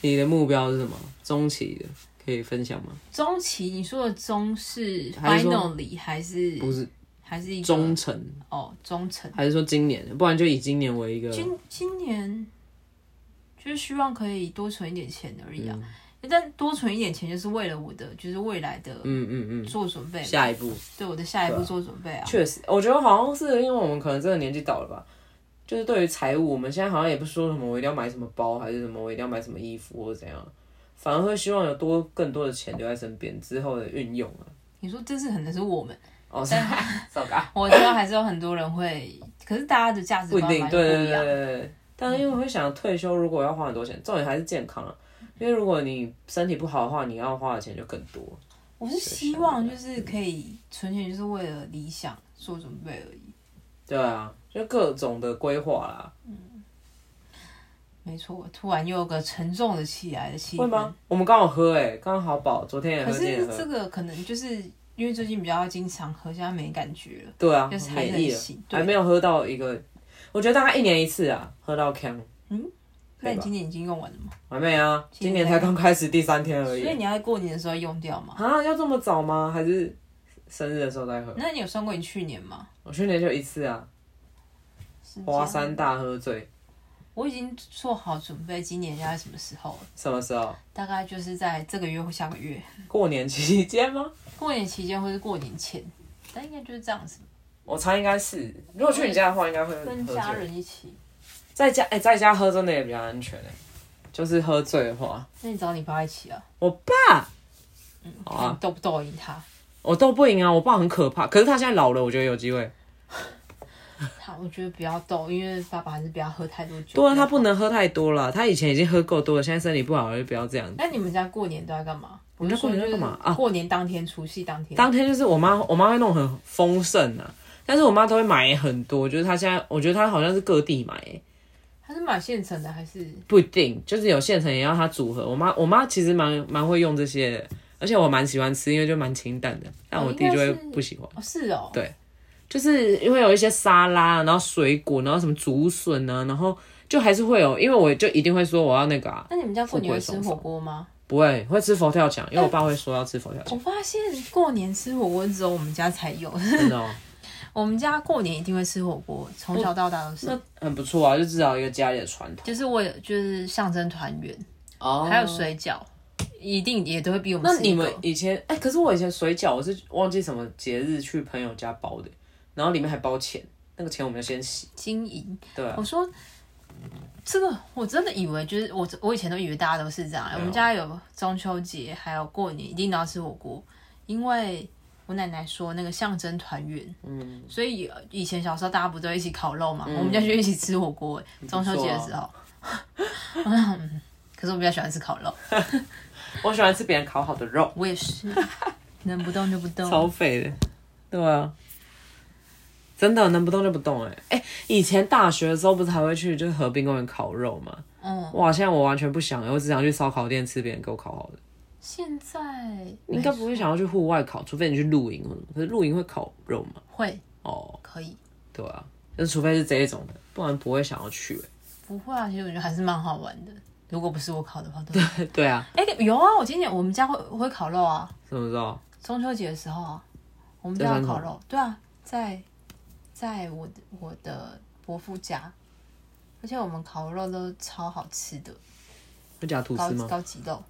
Speaker 1: 你的目标是什么？中期的可以分享吗？
Speaker 2: 中期你说的中是
Speaker 1: 还是说
Speaker 2: finally 还是
Speaker 1: 不是
Speaker 2: 还嗯是一个
Speaker 1: 中程，
Speaker 2: 哦中程？
Speaker 1: 还是说今年？不然就以今年为一个
Speaker 2: 今今年就是希望可以多存一点钱而已啊，
Speaker 1: 嗯
Speaker 2: 但多存一点钱就是为了我的就是未来的
Speaker 1: 嗯嗯
Speaker 2: 做准备
Speaker 1: 嗯
Speaker 2: 嘛，
Speaker 1: 下一步。
Speaker 2: 对我的下一步做准备啊。
Speaker 1: 确实，我觉得好像是因为我们可能真的年纪到了吧，就是对于财务，我们现在好像也不说什么我一定要买什么包，还是什么我一定要买什么衣服或者怎样，反而会希望有多更多的钱留在身边之后的运用啊。
Speaker 2: 你说这次可能是我们，
Speaker 1: 哦，是糟糕，
Speaker 2: 我知道还是有很多人会，可是大家的价值
Speaker 1: 不
Speaker 2: 观
Speaker 1: 一定，
Speaker 2: 本来就
Speaker 1: 对
Speaker 2: 不
Speaker 1: 对
Speaker 2: 一
Speaker 1: 对
Speaker 2: 样。
Speaker 1: 对对。但是因为会想退休，如果要花很多钱，重点还是健康啊。因为如果你身体不好的话，你要花的钱就更多。
Speaker 2: 我是希望就是可以存钱，就是为了理想做准备而已。
Speaker 1: 对啊，就各种的规划啦。
Speaker 2: 没错，突然又有个沉重的起来的气
Speaker 1: 会
Speaker 2: 氛
Speaker 1: 吗。？我们刚好喝诶、刚好饱，昨天也喝，
Speaker 2: 可
Speaker 1: 今天也
Speaker 2: 是
Speaker 1: 喝
Speaker 2: 这。个可能就是因为最近比较经常喝，现在没感觉了。
Speaker 1: 对啊，
Speaker 2: 就是还
Speaker 1: 免
Speaker 2: 很
Speaker 1: 疫了
Speaker 2: 行，对
Speaker 1: 还没有喝到一个，我觉得大概一年一次啊，喝到呛，
Speaker 2: 那
Speaker 1: 对吧
Speaker 2: 你今年已经用完了吗？
Speaker 1: 还没啊，
Speaker 2: 其实
Speaker 1: 今年才刚开始第三天而
Speaker 2: 所
Speaker 1: 已
Speaker 2: 以。你要在过年的时候用掉吗？
Speaker 1: 啊，要这么早吗？还是生日的时候再喝？
Speaker 2: 那你有算过你去年吗？
Speaker 1: 我去年就一次啊，
Speaker 2: 是这样
Speaker 1: 花山，大喝醉，
Speaker 2: 我已经做好准备，今年要在什么时候了？
Speaker 1: 什么时候？
Speaker 2: 大概就是在这个月或下个月，
Speaker 1: 过年期间吗？
Speaker 2: 过年期间或是过年前，但应该就是这样子，
Speaker 1: 我猜应该是，如果去你家的话，应该会
Speaker 2: 跟
Speaker 1: 喝
Speaker 2: 家
Speaker 1: 醉。
Speaker 2: 人一起。
Speaker 1: 在家哎、在家喝真的也比较安全哎、就是喝醉的话，
Speaker 2: 那你找你爸一起啊，嗯
Speaker 1: 我爸好啊
Speaker 2: 看你斗不斗赢他？
Speaker 1: 我斗不赢啊，我爸很可怕，可是他现在老了，我觉得有机会。
Speaker 2: 他我觉得不要斗，因为爸爸还是不要喝太多酒。
Speaker 1: 对啊，他不
Speaker 2: 要。
Speaker 1: 能喝太多了。他以前已经喝够多了，现在身体不好就不要这样。
Speaker 2: 那你们家过年都在干嘛？我
Speaker 1: 们家过年在干嘛啊
Speaker 2: 过年当天，除夕当天。
Speaker 1: 当天就是我妈，我妈会弄很丰盛啊，但是我妈都会买很多。就是她现在，我觉得她好像是各地买、欸，
Speaker 2: 他是买现成的还是？
Speaker 1: 不一定，就是有现成也要她组合。我妈，我妈其实蛮蛮会用这些的，而且我蛮喜欢吃，因为就蛮清淡的。但我弟就会不喜欢，
Speaker 2: 哦，是哦。
Speaker 1: 对就是因为有一些沙拉，然后水果，然后什么竹笋啊，然后就还是会有，因为我就一定会说我要那个啊，
Speaker 2: 那你们家过年会
Speaker 1: 富贵
Speaker 2: 吃
Speaker 1: 双
Speaker 2: 火
Speaker 1: 手
Speaker 2: 锅吗？
Speaker 1: 不会会吃佛跳墙，因为我爸会说要吃佛跳
Speaker 2: 我
Speaker 1: 墙，
Speaker 2: 发现过年吃火锅只有我们家才有，
Speaker 1: 真的、哦。
Speaker 2: 我们家过年一定会吃火锅，从小到大都是。
Speaker 1: 那很不错啊，就至少一个家里的传统
Speaker 2: 就是为了就是象征团圆，
Speaker 1: 哦
Speaker 2: 还有，水饺，一定也都会比我们
Speaker 1: 那
Speaker 2: 吃哦
Speaker 1: 你
Speaker 2: 一个
Speaker 1: 们以前哎、可是我以前水饺我是忘记什么节日去朋友家包的，欸然后里面还包钱，那个钱我们要先洗。
Speaker 2: 经营。
Speaker 1: 对啊
Speaker 2: 我说这个我真的以为就是我我以前都以为大家都是这样，我
Speaker 1: 哦
Speaker 2: 们家有中秋节还有过年一定都要吃火锅，因为我奶奶说那个象征团圆，嗯，所以呃以前小时候大家不都一起烤肉嘛，
Speaker 1: 嗯
Speaker 2: 我们家就一起吃火锅、欸，中秋节的时候。
Speaker 1: 啊
Speaker 2: 嗯 可是我比较喜欢吃烤肉，
Speaker 1: 我喜欢吃别人烤好的肉，
Speaker 2: 我也是，能不动就不动。
Speaker 1: 超肥的。对啊，真的能不动就不动哎、哎、以前大学的时候不是还会去就是河滨公园烤肉吗？
Speaker 2: 嗯，
Speaker 1: 哇，现在我完全不想、我只想去烧烤店吃别人给我烤好的。
Speaker 2: 现在
Speaker 1: 应该不会想要去户外烤，除非你去露营或什么。可是露营会烤肉吗？
Speaker 2: 会
Speaker 1: 哦，
Speaker 2: 可以，
Speaker 1: 对啊，就是除非是这一种的，不然不会想要去、
Speaker 2: 不会啊。其实我觉得还是蛮好玩的。如果不是我烤的话，对。
Speaker 1: 欸 对啊，
Speaker 2: 哎、有啊，我今年我们家会会烤肉啊，
Speaker 1: 什么时候？
Speaker 2: 中秋节的时候啊，我们家有烤肉。对啊，在在我的我的伯父家，而且我们烤肉都超好吃的，
Speaker 1: 会夹吐
Speaker 2: 高
Speaker 1: 司吗？
Speaker 2: 高级肉。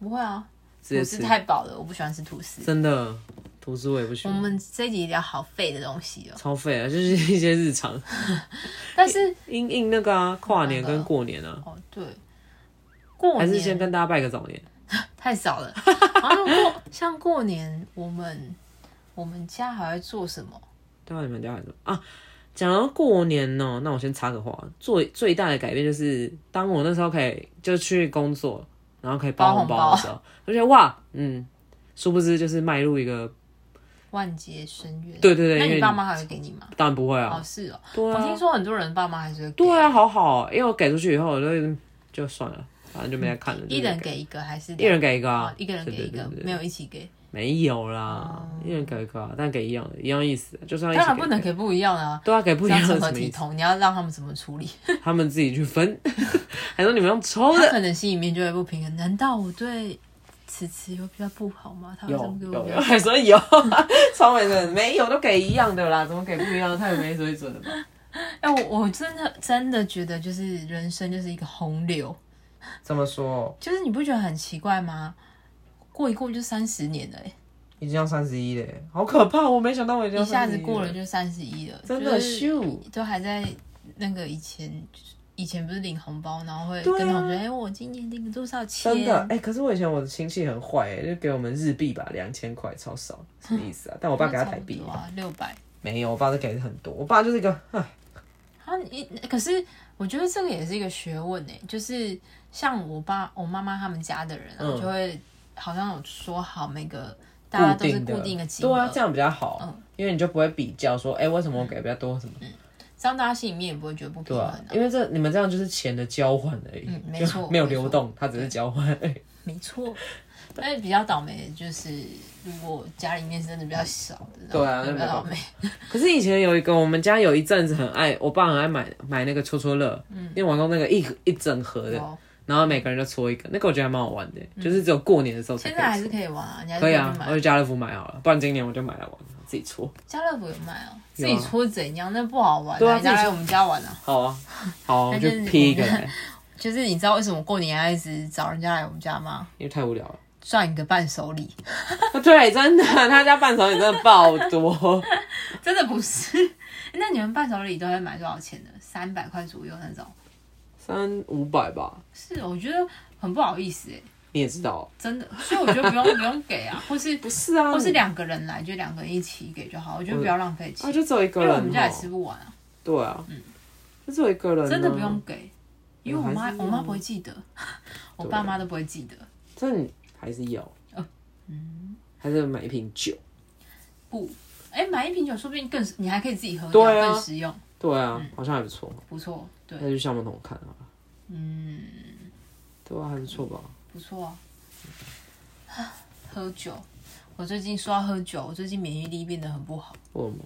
Speaker 2: 不会啊，
Speaker 1: 直
Speaker 2: 吐
Speaker 1: 接
Speaker 2: 司
Speaker 1: 吃？
Speaker 2: 太饱了，我不喜欢吃吐司。
Speaker 1: 真的，吐司我也不喜
Speaker 2: 我
Speaker 1: 欢，
Speaker 2: 们这一集聊好废的东西哦，
Speaker 1: 超费啊，就是一些日常，
Speaker 2: 但是
Speaker 1: 应应那个啊，跨年
Speaker 2: 那个
Speaker 1: 跟过年啊，
Speaker 2: 哦对，过
Speaker 1: 还
Speaker 2: 年
Speaker 1: 是先跟大家拜个早年。
Speaker 2: 太少 了。好像过像过年，我们我们家还会做什么？
Speaker 1: 对啊，你们家孩子啊。讲到过年哦、那我先插个话，最最大的改变就是，当我那时候可以就去工作，然后可以包
Speaker 2: 包
Speaker 1: 红
Speaker 2: 红
Speaker 1: 包的时候，我就觉得哇，嗯，殊不知就是迈入一个
Speaker 2: 万劫深渊。
Speaker 1: 对对对
Speaker 2: 那
Speaker 1: 因为
Speaker 2: 你
Speaker 1: 你
Speaker 2: 爸妈还会给你吗？
Speaker 1: 当然不会啊
Speaker 2: 哦，，是哦，
Speaker 1: 对
Speaker 2: 我
Speaker 1: 啊
Speaker 2: 听说很多人爸妈还是会给，
Speaker 1: 对啊，好好，因为我给出去以后，我就就算了，反正就没来看了。就
Speaker 2: 一
Speaker 1: 是
Speaker 2: 人给一个还是
Speaker 1: 一人给一个
Speaker 2: 啊
Speaker 1: 啊，，
Speaker 2: 一个人给一
Speaker 1: 对
Speaker 2: 个
Speaker 1: 对对，对
Speaker 2: 没有一起给，
Speaker 1: 没有啦，一人给一个啊，但给一样的，一样意思，就算一
Speaker 2: 哦当
Speaker 1: 起
Speaker 2: 然不能给不一样的啊。
Speaker 1: 对啊，给不一
Speaker 2: 这
Speaker 1: 样
Speaker 2: 样
Speaker 1: 的
Speaker 2: 怎
Speaker 1: 什
Speaker 2: 么
Speaker 1: 么
Speaker 2: 体
Speaker 1: 意思？
Speaker 2: 统？你要让他们怎么处理？
Speaker 1: 他们自己去 分，还说你们用抽
Speaker 2: 他
Speaker 1: 的，
Speaker 2: 可能心里面就会不平衡。难道我对此次有比较不好吗？他为
Speaker 1: 有
Speaker 2: 什啊么给我
Speaker 1: 有
Speaker 2: 比
Speaker 1: 有，
Speaker 2: 较？
Speaker 1: 还说有，超没人没有都给一样的啦，怎么给不一样？太没水准了吧？
Speaker 2: 哎、我我真的真的觉得，就是人生就是一个洪流，
Speaker 1: 怎么说？
Speaker 2: 就是你不觉得很奇怪吗？过一过就三十年了、哎
Speaker 1: 已经要三十一嘞，好可怕！我没想到我已经要
Speaker 2: 一下子
Speaker 1: 31
Speaker 2: 过了，就三十一了，
Speaker 1: 真的
Speaker 2: 就是
Speaker 1: 咻，
Speaker 2: 都还在那个以前，以前不是领红包，然后会
Speaker 1: 对啊
Speaker 2: 跟同学，哎、我今年领了多少钱？
Speaker 1: 真的哎、可是我以前我的亲戚很坏哎、就给我们日币吧，两千块，超少，什么意思啊？但我
Speaker 2: 我
Speaker 1: 爸给他台币，
Speaker 2: 啊，六百。
Speaker 1: 没有，我爸都给很多，我爸就是一个，唉
Speaker 2: 啊，你可是我觉得这个也是一个学问呢，欸就是像我爸、我妈妈他们家的人、啊，
Speaker 1: 嗯
Speaker 2: 就会好像有说好每个大家都是固定一个嗯金额，
Speaker 1: 对啊，这样比较好，因为你就不会比较说，哎、为什么我给比较多什么？
Speaker 2: 这样大家心里面也不会觉得不平
Speaker 1: 对
Speaker 2: 衡、
Speaker 1: 啊，因为这你们这样就是钱的交换而已，
Speaker 2: 嗯没
Speaker 1: 就
Speaker 2: 错
Speaker 1: 没有
Speaker 2: 没错
Speaker 1: 流动，它只是交换而已。
Speaker 2: 没错。 但是比较倒霉的就是，如果家里面真的比较少的，
Speaker 1: 对啊
Speaker 2: 然后比较倒霉。
Speaker 1: 可是以前有一个，我们家有一阵子很爱，我爸很爱买买那个戳戳乐，因为我用那个一一整盒的，
Speaker 2: 嗯哦嗯
Speaker 1: 然后每个人就戳一个，那个我觉得还蛮好玩的、就是只有过年的时候才
Speaker 2: 现
Speaker 1: 可以
Speaker 2: 在还
Speaker 1: 戳
Speaker 2: 是可以玩啊，你还是
Speaker 1: 可以
Speaker 2: 去
Speaker 1: 啊，我
Speaker 2: 买。
Speaker 1: 去家乐福买好了，不然今年我就买来玩，自己搓。
Speaker 2: 家乐福有卖哦，自
Speaker 1: 有啊
Speaker 2: 己搓怎样？那不好玩、
Speaker 1: 对啊
Speaker 2: 人家
Speaker 1: 自己
Speaker 2: 来
Speaker 1: 搓
Speaker 2: 我们家玩啊。
Speaker 1: 好 啊，好啊，我
Speaker 2: 但
Speaker 1: 就是批一
Speaker 2: 我
Speaker 1: 个
Speaker 2: 们
Speaker 1: 来，
Speaker 2: 就是你知道为什么过年要一直找人家来我们家吗？
Speaker 1: 因为太无聊了。啊
Speaker 2: 赚一个伴手礼。
Speaker 1: 对，真的，他家伴手礼真的爆多，
Speaker 2: 真的不是。 那你们伴手礼都会买多少钱的？三百块左右那种？
Speaker 1: 三五百吧，
Speaker 2: 是，我觉得很不好意思哎、
Speaker 1: 你也知道。
Speaker 2: 真的。所以我觉得不用不用给啊，或 是
Speaker 1: 不是啊，
Speaker 2: 或是
Speaker 1: 你
Speaker 2: 两个人来，就两个人一起给就好。我觉得不要浪费
Speaker 1: 啊，
Speaker 2: 钱，
Speaker 1: 就只有一个
Speaker 2: 因为
Speaker 1: 人哦，
Speaker 2: 我们家也吃不完啊，
Speaker 1: 对啊，就只有一个人，啊
Speaker 2: 真的不用。给，因为我妈
Speaker 1: 还是
Speaker 2: 我妈不会记得， 我爸妈都不会记得。
Speaker 1: 这你还是要，
Speaker 2: 哦
Speaker 1: 嗯，还是买一瓶酒。
Speaker 2: 不，哎、买一瓶酒说不定更你还可以自己喝掉，
Speaker 1: 对啊
Speaker 2: 更实用，
Speaker 1: 对啊，好像还不错，
Speaker 2: 不错，嗯对
Speaker 1: 那，就向门口看好了。
Speaker 2: 嗯，
Speaker 1: 对啊，还不错吧？
Speaker 2: 不错 啊。喝酒，我最近说要喝酒，我最近免疫力变得很不好。
Speaker 1: 为什么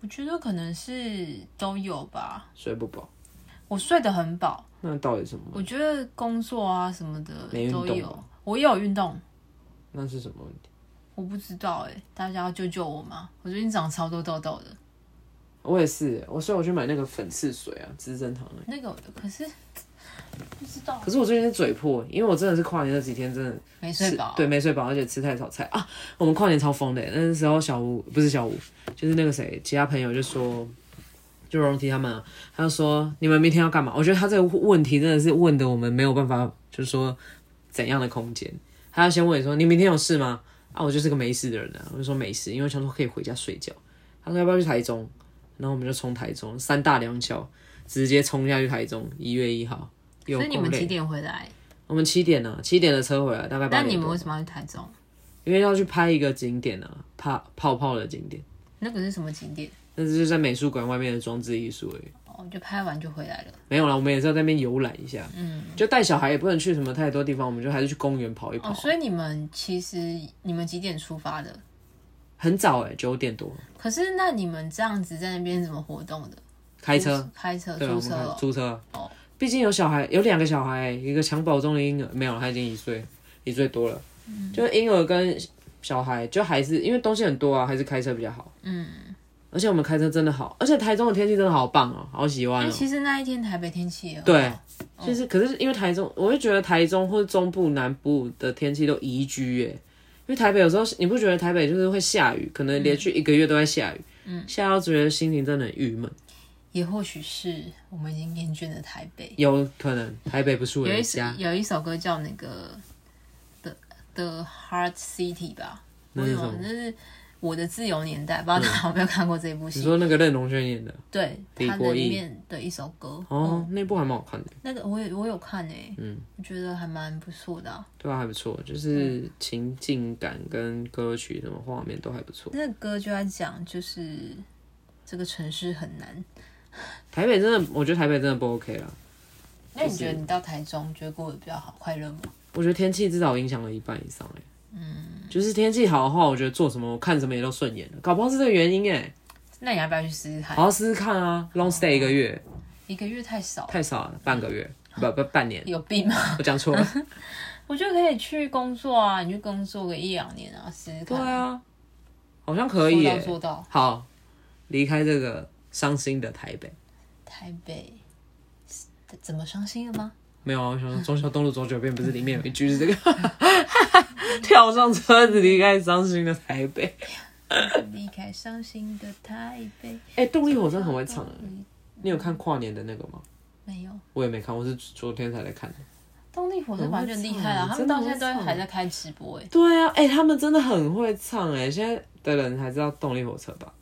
Speaker 2: 我觉得可能是都有吧。
Speaker 1: 睡不饱？
Speaker 2: 我睡得很饱，
Speaker 1: 那到底什么？
Speaker 2: 我觉得工作啊什么的
Speaker 1: 没运
Speaker 2: 都
Speaker 1: 动
Speaker 2: 有
Speaker 1: 吗。
Speaker 2: 我也有运动，
Speaker 1: 那是什么问题？
Speaker 2: 我不知道哎、大家要救救我吗？我最近长超多痘痘的，
Speaker 1: 我也是，我所以我去买那个粉刺水啊，资生堂的。
Speaker 2: 那个可是不知道
Speaker 1: 可是我最近是嘴破，因为我真的是跨年那几天真的
Speaker 2: 没睡
Speaker 1: 是
Speaker 2: 饱，
Speaker 1: 对，没睡饱，而且吃太少菜啊。我们跨年超疯的，欸那时候小吴不是小吴，就是那个谁，其他朋友就说，就荣提他们、啊，他就说你们明天要干嘛？我觉得他这个问题真的是问的我们没有办法，就是说怎样的空间。他要先问你说你明天有事吗？啊，我就是个没事的人啊，我就说没事，因为我想说可以回家睡觉。他说要不要去台中？然后我们就冲台中，三大两小直接冲下去台中，一月一号。有
Speaker 2: 所以你
Speaker 1: 够
Speaker 2: 们
Speaker 1: 累
Speaker 2: 几？点回来？
Speaker 1: 我们七点呢、啊七点的车回来，大概八
Speaker 2: 那
Speaker 1: 点
Speaker 2: 你们
Speaker 1: 多
Speaker 2: 为什么要去台中？
Speaker 1: 因为要去拍一个景点啊，泡泡泡的景点，
Speaker 2: 那个是什么景点？
Speaker 1: 但是就在美术馆外面的装置艺术而已。
Speaker 2: 哦，就拍完就回来了。
Speaker 1: 没有啦，我们也是要在那边游览一下，嗯，就带小孩也不能去什么太多地方，我们就还是去公园跑一跑。
Speaker 2: 哦，所以你们其实你们几点出发的？
Speaker 1: 很早哎、九点多
Speaker 2: 可是那你们这样子在那边怎么活动的？
Speaker 1: 开车，
Speaker 2: 开车，
Speaker 1: 对啊，
Speaker 2: 租
Speaker 1: 我们
Speaker 2: 车
Speaker 1: 开
Speaker 2: 哦。
Speaker 1: 租车啊
Speaker 2: 哦。
Speaker 1: 毕竟有小孩，有两个小孩、一个襁褓中的婴儿，没有，他已经一岁，一岁多了，
Speaker 2: 嗯
Speaker 1: 就是婴儿跟小孩，就还是因为东西很多啊，还是开车比较好。嗯，而且我们开车真的好，而且台中的天气真的好棒哦、好喜欢哦、
Speaker 2: 因为其实那一天台北天气也很
Speaker 1: 对
Speaker 2: 好，
Speaker 1: 就是可是因为台中，我会觉得台中或者中部、南部的天气都宜居耶，因为台北有时候你不觉得台北就是会下雨，可能连续一个月都在下雨，嗯，下到觉得心情真的很郁闷，
Speaker 2: 嗯也或许是我们已经厌倦了台北。
Speaker 1: 有可能台北不是我
Speaker 2: 有
Speaker 1: 的
Speaker 2: 一首
Speaker 1: 家，
Speaker 2: 有一首歌叫那个《The The Heart City》吧，
Speaker 1: 那
Speaker 2: 我
Speaker 1: 是
Speaker 2: 有
Speaker 1: 什么嗯
Speaker 2: 那是我的自由年代》，不知道大家有没有看过这部
Speaker 1: 你
Speaker 2: 戏？
Speaker 1: 说那个任龙轩演的
Speaker 2: 对，
Speaker 1: 李
Speaker 2: 它
Speaker 1: 国
Speaker 2: 的里
Speaker 1: 毅
Speaker 2: 面的一首歌，
Speaker 1: 哦，那部还蛮好看的，
Speaker 2: 那个我有我有看诶，
Speaker 1: 嗯，
Speaker 2: 我觉得还蛮不错的啊、
Speaker 1: 对啊，还不错，
Speaker 2: 嗯
Speaker 1: 就是情境感跟歌曲什么画面都还不错。
Speaker 2: 那个歌就在讲就是这个城市很难。
Speaker 1: 台北真的，我觉得台北真的不 OK 啦。
Speaker 2: 那你觉得你到台中觉得过得比较好快乐吗？
Speaker 1: 我觉得天气至少影响了一半以上、欸，嗯，就是天气好的话，我觉得做什么我看什么也都顺眼了，搞不好是这个原因哎、欸，
Speaker 2: 那你要不要去试试看？
Speaker 1: 好好试试看啊，long stay 一个月
Speaker 2: 一个月太少了，
Speaker 1: 太少了，半个月不不半年，
Speaker 2: 有病吗？
Speaker 1: 我讲 错了，
Speaker 2: 我觉得可以去工作啊，你去工作个一两年啊，试试
Speaker 1: 对
Speaker 2: 看。，
Speaker 1: 啊，好像可以、
Speaker 2: 说到
Speaker 1: 欸，
Speaker 2: 做到。
Speaker 1: 好，离开这个伤心的台北，
Speaker 2: 台北怎么伤心了吗？
Speaker 1: 没有啊，我想 说中孝东路走九遍，不是里面有一句是这个， 跳上车子离开伤心的台北，
Speaker 2: 离开伤心的台北。
Speaker 1: 哎、动力火车很会唱、欸，你有看跨年的那个吗？
Speaker 2: 没有，
Speaker 1: 我也没看，我是昨天才来看的。
Speaker 2: 动力火车完全厉害啊！他
Speaker 1: 很会唱
Speaker 2: 们到现在
Speaker 1: 真的
Speaker 2: 都
Speaker 1: 会
Speaker 2: 还在开直播哎、
Speaker 1: 对啊，哎、他们真的很会唱哎、现在的人还知道动力火车吧？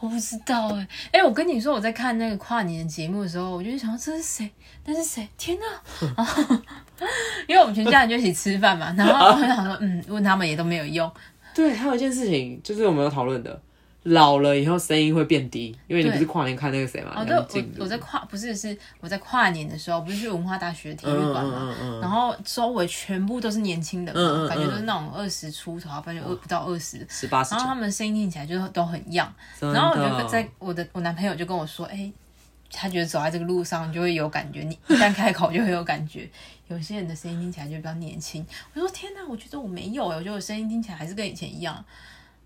Speaker 2: 我不知道哎、哎、我跟你说，我在看那个跨年的节目的时候，我就想这是谁？那是谁？天哪！ 因为我们全家人就一起吃饭嘛，然后我想说，嗯，问他们也都没有用，
Speaker 1: 对，还有一件事情就是我们有讨论的，老了以后声音会变低，因为你
Speaker 2: 对
Speaker 1: 不是跨年看那个谁嘛，
Speaker 2: 哦，对，
Speaker 1: 梁静
Speaker 2: 我
Speaker 1: 茹
Speaker 2: 我在跨不是是我在跨年的时候，不是去文化大学体育馆嘛，
Speaker 1: 嗯嗯嗯嗯
Speaker 2: 然后周围全部都是年轻人嘛，
Speaker 1: 嗯嗯嗯
Speaker 2: 感觉都是那种二十出头，反正二不到二十。
Speaker 1: 十八十
Speaker 2: 然后他
Speaker 1: 九，
Speaker 2: 们声音听起来就都很一样，
Speaker 1: 真
Speaker 2: 然后我
Speaker 1: 的
Speaker 2: 就在我的我男朋友就跟我说，哎、他觉得走在这个路上就会有感觉，你一旦开口就会有感觉。有些人的声音听起来就比较年轻，我说天哪，我觉得我没有、我觉得我声音听起来还是跟以前一样。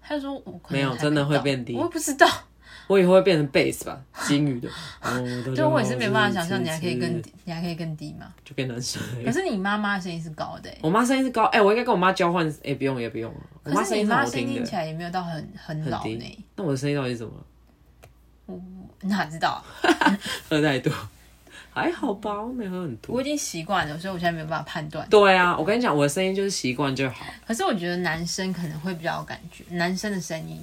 Speaker 2: 他就说我可能
Speaker 1: 没有
Speaker 2: 还
Speaker 1: 真的
Speaker 2: 到
Speaker 1: 会变低
Speaker 2: 我也不知道。
Speaker 1: 我以后会变成 bass 吧，金鱼的。
Speaker 2: 对，
Speaker 1: 对
Speaker 2: 我也是没办法想象你还可以更低，你还可以更低嘛。
Speaker 1: 就变男生。
Speaker 2: 可是你妈妈的声音是高的、欸，
Speaker 1: 我妈声音是高，哎、我应该跟我妈交换，哎、不用也不用了，我
Speaker 2: 可
Speaker 1: 妈
Speaker 2: 是
Speaker 1: 声
Speaker 2: 你
Speaker 1: 音很
Speaker 2: 妈
Speaker 1: 好
Speaker 2: 声音
Speaker 1: 听
Speaker 2: 听
Speaker 1: 的
Speaker 2: 起，来也没有到很很
Speaker 1: 很
Speaker 2: 老呢、
Speaker 1: 低。那我的声音到底是怎么了？
Speaker 2: 我哪知道啊？
Speaker 1: 喝太多，还好吧，我没喝很多
Speaker 2: 我。已经习惯了，所以我现在没有办法判断。
Speaker 1: 对啊，我跟你讲，我的声音就是习惯就好。
Speaker 2: 可是我觉得男生可能会比较有感觉，男生的声音，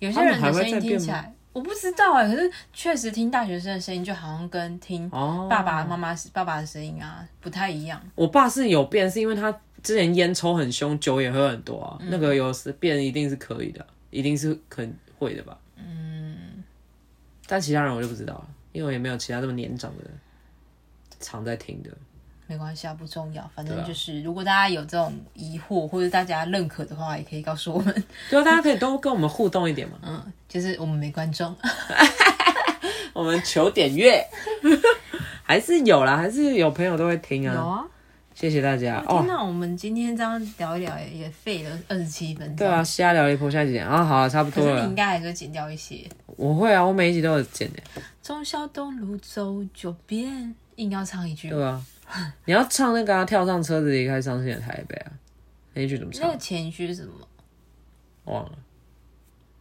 Speaker 2: 有
Speaker 1: 他
Speaker 2: 些
Speaker 1: 们
Speaker 2: 人
Speaker 1: 还
Speaker 2: 的
Speaker 1: 会
Speaker 2: 声音
Speaker 1: 再
Speaker 2: 听
Speaker 1: 变
Speaker 2: 起
Speaker 1: 吗
Speaker 2: 来我不知道哎、可是确实听大学生的声音就好像跟听
Speaker 1: 哦，
Speaker 2: 爸爸妈妈爸爸的声音啊不太一样。
Speaker 1: 我爸是有变，是因为他之前烟抽很凶，酒也喝很多啊，那个有时变一定是可以的，一定是肯会的吧。嗯，但其他人我就不知道了，因为我也没有其他这么年长的人常在听的。
Speaker 2: 没关系啊，不重要，反
Speaker 1: 对
Speaker 2: 正
Speaker 1: 啊
Speaker 2: 就是、如果大家有这种疑惑或者大家认可的话，也可以告诉我们。
Speaker 1: 对啊，大家可以多跟我们互动一点嘛，
Speaker 2: 嗯，就是我们没观众，
Speaker 1: 我们求点阅， 还是有啦，还是有朋友都会听啊。
Speaker 2: 啊。
Speaker 1: 谢谢大家哦
Speaker 2: 哎天。哪，我们今天这样聊一聊也也费了二十七分钟。
Speaker 1: 对啊，，瞎聊一波，下一集见啊，好啊，差不
Speaker 2: 可
Speaker 1: 多
Speaker 2: 是你
Speaker 1: 了
Speaker 2: 应。该还是会剪掉一些。
Speaker 1: 我会啊，我每一集都有剪的。
Speaker 2: 忠孝东路走九遍，硬要唱一句
Speaker 1: 对。啊，你要唱那个啊，跳上车子离开伤心的台北啊，那一句怎么
Speaker 2: 那
Speaker 1: 唱
Speaker 2: 个？前一句是什么？
Speaker 1: 忘了。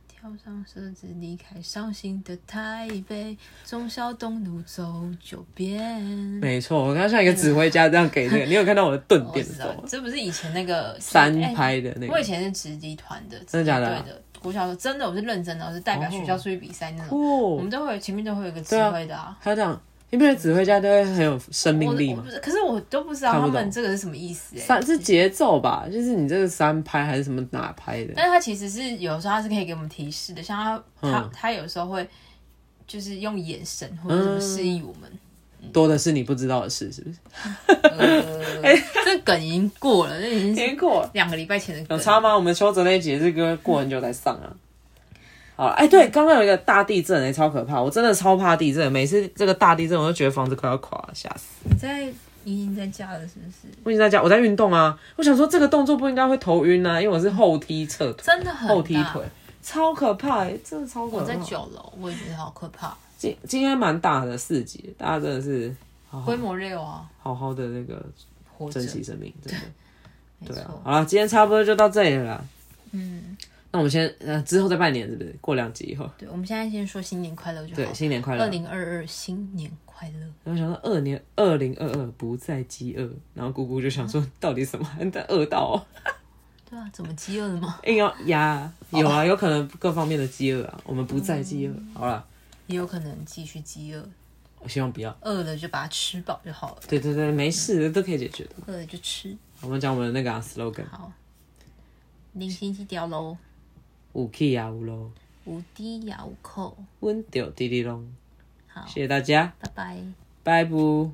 Speaker 2: 跳上车子离开伤心的台北，忠孝东路走九遍。
Speaker 1: 没错，我刚刚像一个指挥家这样给 那个，你有看到我的顿
Speaker 2: 我
Speaker 1: 点
Speaker 2: 知
Speaker 1: 是
Speaker 2: 道
Speaker 1: 什，么？
Speaker 2: 这不是以前那个
Speaker 1: 三
Speaker 2: 哎
Speaker 1: 拍的那
Speaker 2: 我以
Speaker 1: 个。
Speaker 2: 前是直击团的，
Speaker 1: 真的假的啊
Speaker 2: 对的，国小的真的，我是认真的，我是代表学校出去比赛那种。我
Speaker 1: 哦
Speaker 2: 们，都会有前面都会有一个指挥的啊。
Speaker 1: 还有这样，你不觉得指挥家都会很有生
Speaker 2: 我
Speaker 1: 命力
Speaker 2: 我
Speaker 1: 吗
Speaker 2: 不？是，可是我都不知道
Speaker 1: 看
Speaker 2: 他
Speaker 1: 不懂
Speaker 2: 们这个是什么意思哎、
Speaker 1: 三是节奏吧，就是你这个三拍还是什么哪拍的？
Speaker 2: 但是他其实是有时候他是可以给我们提示的，像他、他
Speaker 1: 嗯
Speaker 2: 他有时候会就是用眼神或者什么示意我们。
Speaker 1: 多的是你不知道的事，是不是？ 哎
Speaker 2: 呃， 这梗已经过了，这已经是
Speaker 1: 果
Speaker 2: 两个礼拜前的
Speaker 1: 哎有
Speaker 2: 梗。
Speaker 1: 差吗？我们邱泽那一集是歌过很久才上啊。好了，哎、对，刚刚有一个大地震、哎，超可怕，我真的超怕地震，每次这个大地震，我就觉得房子快要垮了，吓死！
Speaker 2: 你在你已经在家了，是不是？
Speaker 1: 我已经在家，我在运动啊，我想说这个动作不应该会头晕啊，因为我是后踢侧腿，
Speaker 2: 真的很大
Speaker 1: 后踢腿，超可怕、哎真的超可怕。
Speaker 2: 我在九楼，我也觉得好可怕，
Speaker 1: 今今天蛮大的四级，大家真的是好好
Speaker 2: 规模六啊，
Speaker 1: 好好的那个
Speaker 2: 活着
Speaker 1: 珍，惜生命，真的。
Speaker 2: 没
Speaker 1: 对啊
Speaker 2: 错，，
Speaker 1: 好了，今天差不多就到这里了啦。
Speaker 2: 嗯，
Speaker 1: 那我们先呃，之后再拜年是不是？过两集以后，
Speaker 2: 对，我们现在先说新年快乐就
Speaker 1: 对，
Speaker 2: 好。
Speaker 1: 新年快乐
Speaker 2: 二！零二二新年快乐，
Speaker 1: 然后想说二年二哎零二二不再饥饿，然后姑姑就想说到底什么但饿到、哦，
Speaker 2: 对对啊，怎么饥饿了 吗？
Speaker 1: 硬要压，有啊，有可能各方面的饥饿啊，我们不再饥饿。好了，
Speaker 2: 也有可能继续饥饿，
Speaker 1: 我希望不要。
Speaker 2: 饿了就把它吃饱就好了，
Speaker 1: 对对对，没事，都可以解决的。
Speaker 2: 饿了就吃。
Speaker 1: 我们讲我们的那个、啊、slogan，
Speaker 2: 好，零星期掉喽，
Speaker 1: 五 key 啊五喽，
Speaker 2: 无低咬扣，
Speaker 1: 温丢滴滴隆。
Speaker 2: 好
Speaker 1: 谢谢大家，
Speaker 2: 拜拜。
Speaker 1: 拜不。